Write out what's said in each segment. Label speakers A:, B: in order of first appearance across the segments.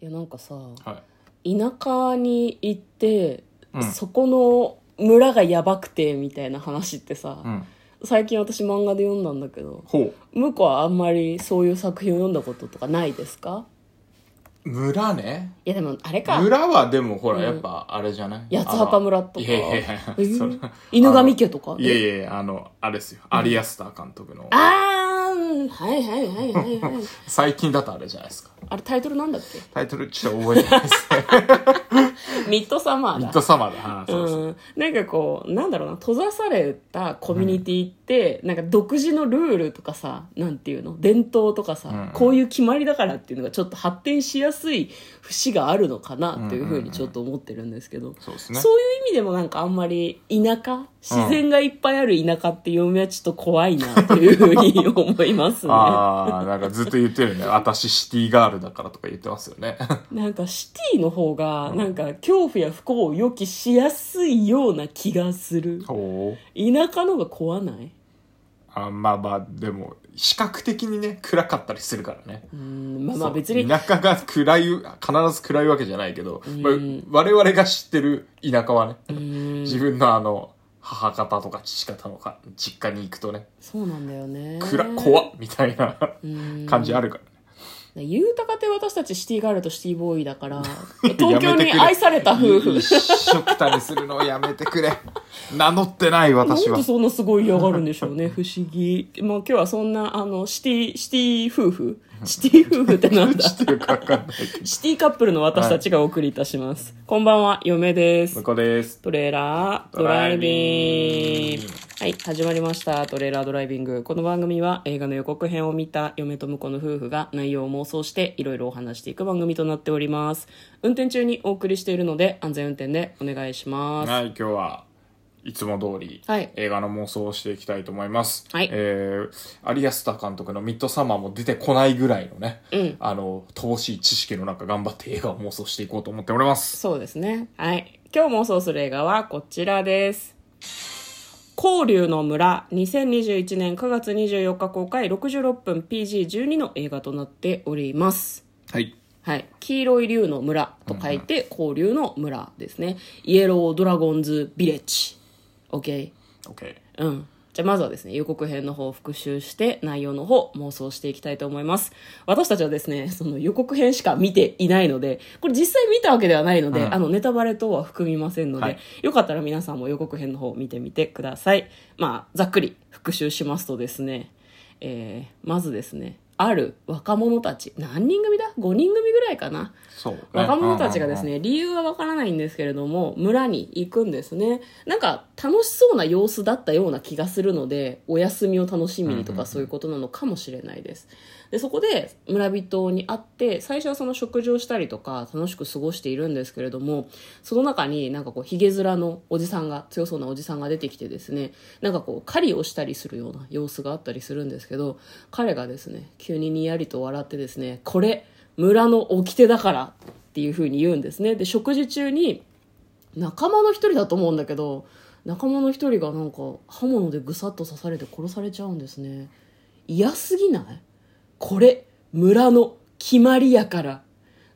A: いやなんかさ
B: は
A: 田舎に行って、
B: いうん
A: そこの村がやばくてみたいな話ってさ、
B: うん
A: 最近私漫画で読んだんだけど
B: ほ
A: 向こうはあんまりそういう作品を読んだこととかないですか
B: う村ね
A: いやでもあれか
B: 村はでもほら
A: うん
B: やっぱあれじゃない、
A: 八つ墓村とか
B: いやいやいや
A: えー
B: それ
A: 犬神家とか、
B: いやいやいやあのあれですよアリアスター監督の
A: あーうんはいはいはいはいはい
B: 最近だとあれじゃないですか
A: あれタイトルなんだっけ
B: タイトルちょっと覚えてないです ね
A: ミッドサマー
B: ミ
A: だ
B: ッドサマーだあそうそう
A: うん、なんかこうなんだろうな閉ざされたコミュニティって、なんか独自のルールとかさなんていうの伝統とかさ、
B: うんうん
A: こういう決まりだからっていうのがちょっと発展しやすい節があるのかなというふうにちょっと思ってるんですけど、
B: そうですね
A: そういう意味でもなんかあんまり田舎自然がいっぱいある田舎って読みはちょっと怖いなっていうふうに思いますね。
B: ああなんかずっと言ってる ね私シティガールだからとか言ってますよね
A: なんかシティの方がなんか恐怖や不幸を予期しやすいような気がする。
B: ほう
A: 田舎のが怖ない
B: あまあまあでも比較的にね暗かったりするからね
A: うんまあまあ
B: そう
A: 別に
B: 田舎が暗い必ず暗いわけじゃないけど、まあ
A: うん
B: 我々が知ってる田舎はね、
A: うん
B: 自分のあの母方とか父方のか実家に行くとね
A: そうなんだよね
B: 暗怖っみたいな
A: うん
B: 感じあるからね、
A: ゆうたかって私たちシティガールとシティボーイだから
B: やめてくれ
A: 東京に愛された夫婦
B: 一緒くたにするのをやめてくれ名乗ってない
A: なん
B: 私は
A: でそんなすごい嫌がるんでしょう ね不思議もう今日はそんなあのシティシティ夫婦シティ夫婦ってなん だ
B: 知ってるか分かんないけど
A: シティカップルの私たちがお送りいたします、こんばんは嫁です
B: 向こうです
A: トレーラードライビング。はい、始まりました。トレーラードライビング。この番組は映画の予告編を見た嫁と婿の夫婦が内容を妄想していろいろお話していく番組となっております。運転中にお送りしているので安全運転でお願いします。
B: はい今日はいつも通り、
A: はい
B: 映画の妄想をしていきたいと思います、
A: はい
B: えー、アリアスター監督のミッドサマーも出てこないぐらいのね、
A: うん
B: あの乏しい知識の中頑張って映画を妄想していこうと思っております
A: そうですね。はい。今日妄想する映画はこちらです。交流の村2021年9月24日公開66分 PG12 の映画となっております。
B: はい
A: はい、黄色い竜の村と書いて交流の村ですね、イエロードラゴンズビレッジ OK
B: OK
A: うんじゃあまずはですね予告編の方を復習して内容の方妄想していきたいと思います私たちはですねその予告編しか見ていないのでこれ実際見たわけではないので、
B: うん
A: あのネタバレ等は含みませんので、
B: はい
A: よかったら皆さんも予告編の方を見てみてくださいまあざっくり復習しますとですねえーまずですねある若者たち何人組だ5人組ぐらいかな
B: そう、ね
A: 若者たちがです
B: うんうんうん
A: ね、理由はわからないんですけれども、村に行くんですね。なんか、楽しそうな様子だったような気がするので、お休みを楽しみにと
B: うんうん
A: か
B: うん
A: そういうことなのかもしれないです。で、そこで村人に会って、最初はその食事をしたりとか、楽しく過ごしているんですけれども、その中になんかこう、髭面のおじさんが、強そうなおじさんが出てきてですね、なんかこう、狩りをしたりするような様子があったりするんですけど、彼がですね、急ににやりと笑ってですね、これ、村の掟だからっていうふうに言うんですね。で、食事中に、仲間の一人だと思うんだけど、仲間の一人がなんか刃物でぐさっと刺されて殺されちゃうんですね。嫌すぎないこれ、村の決まりやから。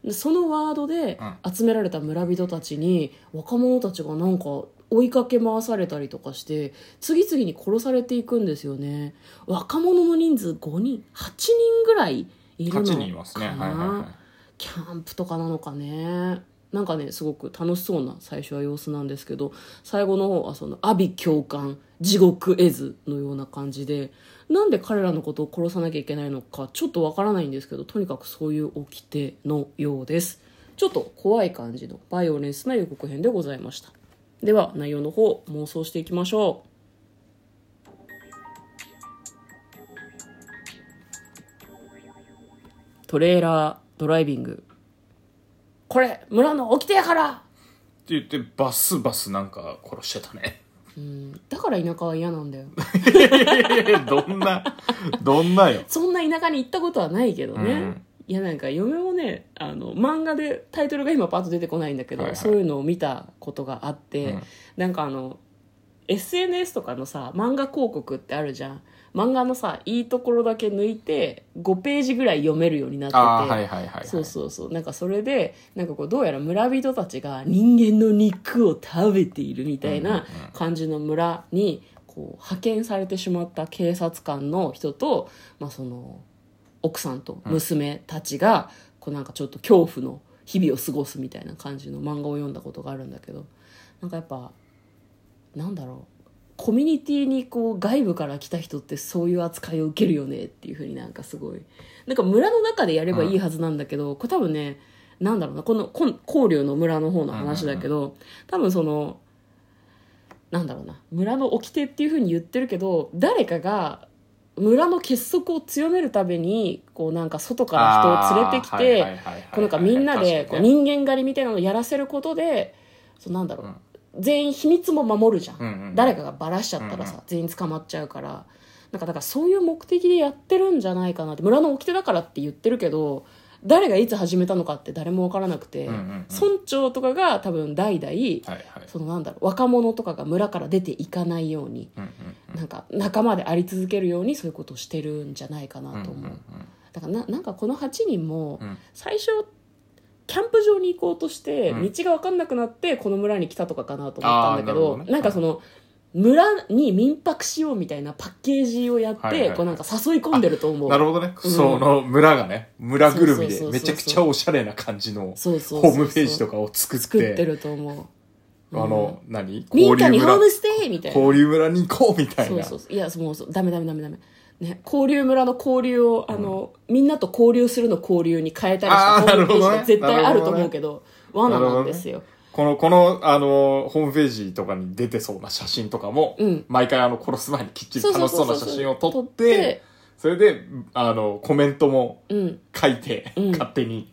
A: でそのワードで集められた村人たちに若者たちがなんか追いかけ回されたりとかして次々に殺されていくんですよね若者の人数5人8人ぐらいいるのかな
B: 8人いますねはいはいはい
A: キャンプとかなのかねなんかねすごく楽しそうな最初は様子なんですけど最後の方はその「阿鼻教官地獄絵図」のような感じでなんで彼らのことを殺さなきゃいけないのかちょっとわからないんですけどとにかくそういう掟のようですちょっと怖い感じのバイオレンスな予告編でございましたでは内容の方妄想していきましょうトレーラードライビングこれ村の掟やから
B: って言ってバスバスなんか殺してたね
A: うんだから田舎は嫌なんだよ
B: どんなど んなよ
A: そんな田舎に行ったことはないけどね、
B: うん
A: いやなんか嫁もねあの漫画でタイトルが今パッと出てこないんだけど、
B: はいはい
A: そういうのを見たことがあって、
B: うん
A: なんかあの SNS とかのさ漫画広告ってあるじゃん漫画のさいいところだけ抜いて5ページぐらい読めるようになってて、
B: ああーはいはいはい、はい、
A: そうそうそうなんかそれでなんかこうどうやら村人たちが人間の肉を食べているみたい
B: うんうん
A: な感じの村にこう派遣されてしまった警察官の人と、まあ、その奥さんと娘たちがこうなんかちょっと恐怖の日々を過ごすみたいな感じの漫画を読んだことがあるんだけどなんかやっぱなんだろうコミュニティにこう外部から来た人ってそういう扱いを受けるよねっていうふうになんかすごいなんか村の中でやればいいはずなんだけど、これ多分ねなんだろうなこのこん広陵の村の方の話だけど、多分そのなんだろうな村の掟っていうふうに言ってるけど誰かが村の結束を強めるためにこうなんか外から人を連れてきて、こうなんかみんなでこう人間狩りみたいなのをやらせることでそうなんだろう、全員秘密も守るじゃん、
B: うんうん
A: 誰かがバラしちゃったらさ、
B: うんう
A: 全員捕まっちゃうからなんかだからそういう目的でやってるんじゃないかなって村の掟だからって言ってるけど誰がいつ始めたのかって誰も分からなくて、
B: うんうんうん
A: 村長とかが多分代々
B: はいはい
A: そのなんだろう若者とかが村から出ていかないように
B: うんうんうん
A: なんか仲間であり続けるようにそういうことをしてるんじゃないかなと思う、
B: うんうん
A: だからななんかこの8人も
B: うん
A: 最初キャンプ場に行こうとして
B: う
A: 道
B: ん
A: が分かんなくなってこの村に来たとかかなと思ったんだけ
B: あーなるほ
A: ど
B: どね
A: なんかその村に民泊しようみたいなパッケージをやっ
B: はいはい
A: て
B: はい
A: こうなんか誘い込んでると思
B: な
A: う
B: るほどね、
A: うん
B: その村がね村ぐるみ
A: そうそうそうそ
B: で
A: う
B: めちゃくちゃおしゃれな感じの
A: そうそうそ
B: ホ
A: う
B: ームページとかを作って
A: 作ってると思う
B: あの、何
A: うん民家にホー
B: 村
A: ムステイみたいな
B: 交流村に行こうみたい
A: そう
B: な
A: そうそういやもうそうダメダメダメダメね、交流村の交流を、あの、みんなと交流するの交流に変えたりした
B: あー
A: ホームページ
B: なるほど
A: が
B: ね
A: 絶対あると思うけど、罠
B: なる
A: な
B: ほ
A: ん
B: ど
A: で
B: ね
A: すよ。
B: このこのあのホームページとかに出てそうな写真とかも、
A: うん
B: 毎回あの殺す前にきっちり楽しそうな写真を撮って
A: 撮って
B: それであのコメントも
A: うん。
B: 書いて、
A: うん
B: 勝手に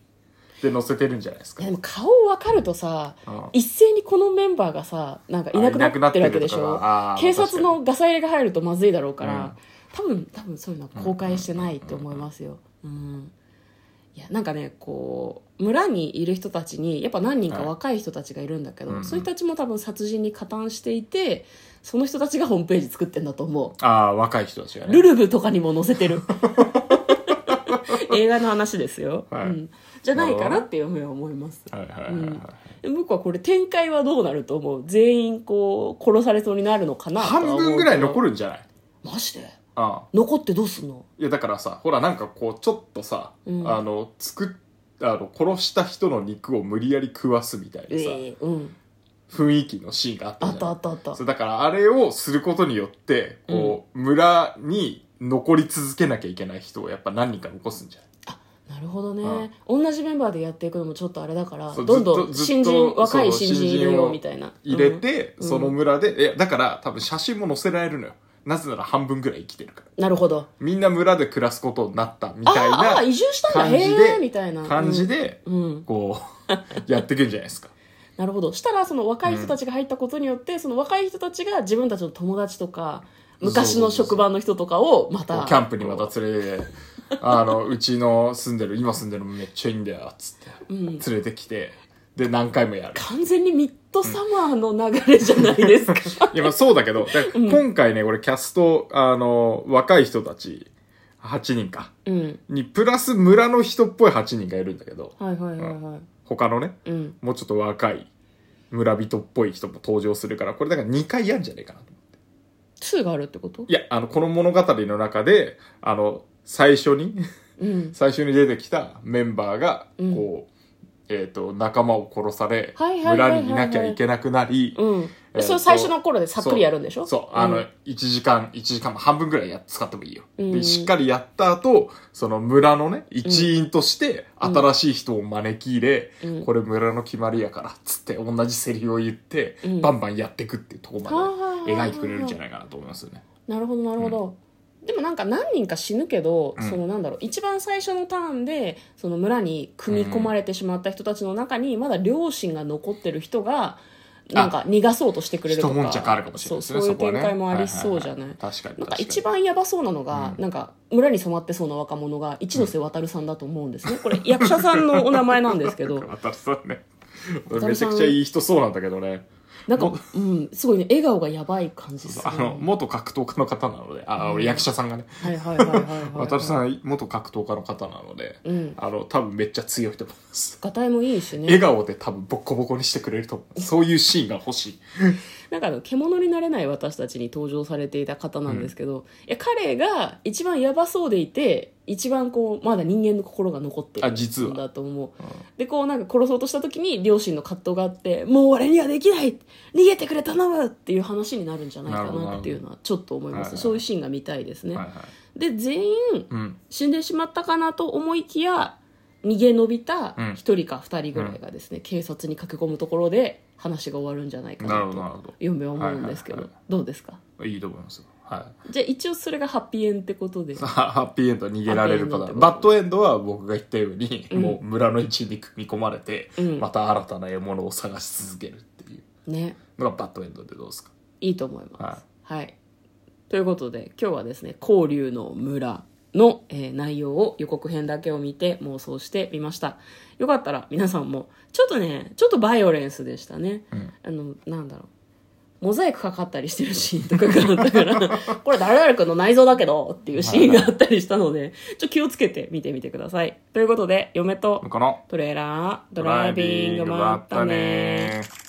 B: で載せてるんじゃないです
A: い
B: か
A: やでも顔を分かるとさ、
B: うん
A: 一斉にこのメンバーがさ、なんかいなくなってるわけでし
B: あいなくなってると
A: ょ
B: かがあー
A: 警察のガサ入れが入るとまずいだろうから、
B: うん
A: 多分、多分そういうのは公開してないと思いますよ。うん。いや、なんかね、こう、村にいる人たちに、やっぱ何人か
B: はい
A: 若い人たちがいるんだけど、
B: うんうん
A: そういう人たちも多分殺人に加担していて、その人たちがホームページ作ってんだと思う。
B: ああ若い人たちがね
A: ルルブとかにも載せて る。映画の話ですよ、
B: はい
A: うん。じゃないかなっていうふうに思います。
B: はいはいはいはい、
A: うん僕はこれ展開はどうなると思う全員こう殺されそうになるのかなとは
B: 半
A: 思う
B: 分ぐらい残
A: る
B: るんじゃない
A: マジで
B: ああ
A: 残ってどうすんの
B: いやだからさほらなんかこうちょっとさ、
A: うん
B: あの作っあの殺した人の肉を無理やり食わすみたいなさ、
A: ええうん
B: 雰囲気のシーンがあった
A: あ
B: じゃん
A: ったあったあった
B: そうだからあれをすることによってこう、村に残り続けなきゃいけない人をやっぱ何人か残すんじゃな
A: な
B: い
A: るほどね、同じメンバーでやっていくのもちょっとあれだから
B: そ
A: ど
B: うん
A: どん
B: ずっと
A: 新
B: ずっ
A: 人
B: と
A: 若い
B: そう
A: 新人いる
B: 新人
A: よ
B: を
A: みたいな
B: 入れて、
A: うん
B: その村でいやだから多分写真も載せられるのよなぜなら半分ぐらい生きてるから
A: うんなるほど
B: みんな村で暮らすことになったみ
A: あ
B: たい
A: ーあー移
B: な
A: 住したんだ
B: 感じで
A: へえみたいな
B: 感じ、で
A: うんうん
B: こう やっていくんじゃないですか
A: なるほどしたらその若い人たちが入ったことによって、その若い人たちが自分たちの友達とか昔の職場の人とかをま
B: こ
A: た
B: うキャンプにまた連れてあのうちの住んでる今住んでるのめっちゃいいんだよっつって、連れてきてで何回もやる
A: 完全にミッドサマーの流れじゃないですか、
B: いや、まあそうだけど、だから今回ね、俺キャスト、あの、若い人たち、8人か。
A: うん、
B: に、プラス村の人っぽい8人がいるんだけど、
A: はいはいはいはい
B: 他のね、
A: うん
B: もうちょっと若い村人っぽい人も登場するから、これだから2回やんじゃねえかなと思って。
A: 2があるってこと
B: いや、あの、この物語の中で、あの、最初に、
A: うん
B: 最初に出てきたメンバーが、
A: うん
B: こう、えっ、と、仲間を殺され、
A: はいはいはいはいは
B: 村
A: い
B: にいなきゃいけなくなり、
A: うん、
B: えー
A: それ最初の頃でさっくりやるんでしょ
B: そう、あの
A: ん、
B: 1時間、一時間も半分ぐらいや使ってもいいよ。
A: うん
B: で、しっかりやった後、その村のね、一員として、
A: うん
B: 新しい人を招き入れ、
A: うん
B: これ村の決まりやから、つって、同じセリフを言って、
A: うん
B: バンバンやっていくっていうとこ
A: はあはあは
B: ま
A: あ
B: で描いてくれるんじゃないかなと思いますよね。
A: なるほどなるほど、でもなんか何人か死ぬけど、
B: うん
A: そのなんだろう一番最初のターンでその村に組み込まれてしまった人たちの中にまだ両親が残ってる人がなんか逃がそうとしてくれる
B: 一
A: とか
B: 悶着あるかもしれないです
A: そ
B: ね、
A: うそういう
B: こは
A: 展
B: ね
A: 開もありそうじゃない,、
B: ははは確かに。
A: なんか
B: 確に
A: 一、番やばそうなのが、
B: うん
A: なんか村に染まってそうな若者が一ノ瀬渡さんだと思うんですね、これ役 者さんのお名前なんですけど
B: 渡るさんね。
A: 渡
B: め
A: る
B: ち
A: さ
B: ゃ
A: ん
B: くちゃいい人そうなんだけどね。
A: なんか、うん、すごいね、笑顔がやばい感じする。
B: あの、元格闘家の方なので、あ、
A: うん
B: 俺役者さんがね、
A: はいはいはいはいはい、はい。
B: 渡辺さん元格闘家の方なので、
A: うん
B: あの、多分めっちゃ強いと思います。
A: ガタイもいいしね。
B: 笑顔で多分ボッコボコにしてくれると思う。そういうシーンが欲しい。
A: なんかあの獣になれない私たちに登場されていた方なんですけど、いや彼が一番やばそうでいて一番こうまだ人間の心が残ってる
B: あ実は
A: んだと思う、でこうなんか殺そうとした時に両親の葛藤があってもう俺にはできない逃げてくれ頼むっていう話になるんじゃないか
B: なるほど
A: なっていうのはちょっと思いま
B: はい
A: す
B: はい
A: そういうシーンが見たいですね、
B: はいはい。
A: で全員
B: うん。
A: 死んでしまったかなと思いきや逃げ延びた
B: うん
A: 1人か2人ぐらいがですね、警察に駆け込むところで話が終わるんじゃないか
B: なる
A: な
B: ほど、なる
A: と
B: ほ
A: 嫁は思うんですけど、
B: はいはい
A: どうですか
B: ど。いいと思いますよ。はい。
A: じゃあ一応それがハッピーエンドってことで
B: ハッピーエンドは逃げられるパタ
A: ハッピーエンドっ
B: ー
A: てこと
B: ン。バッドエンドは僕が言ったように、
A: うん
B: もう村の位置に組み込まれて、
A: うん
B: また新たな獲物を探し続けるっていう
A: ね
B: のがバッドエンドでどうですか
A: いいと思いますはい、ということで今日はですね「交流の村」の、えー内容を予告編だけを見て妄想してみましたよかったら皆さんもちょっとねちょっとバイオレンスでしたね、
B: うん
A: あのなんだろうモザイクかかったりしてるシーンとかがあった から、これ誰々君の内臓だけどっていうシーンがあったりしたので、ちょっと気をつけて見てみてください。ということで、嫁と
B: この
A: トレーラー、ド
B: ド
A: ライビング、まったね
B: ライビングまったね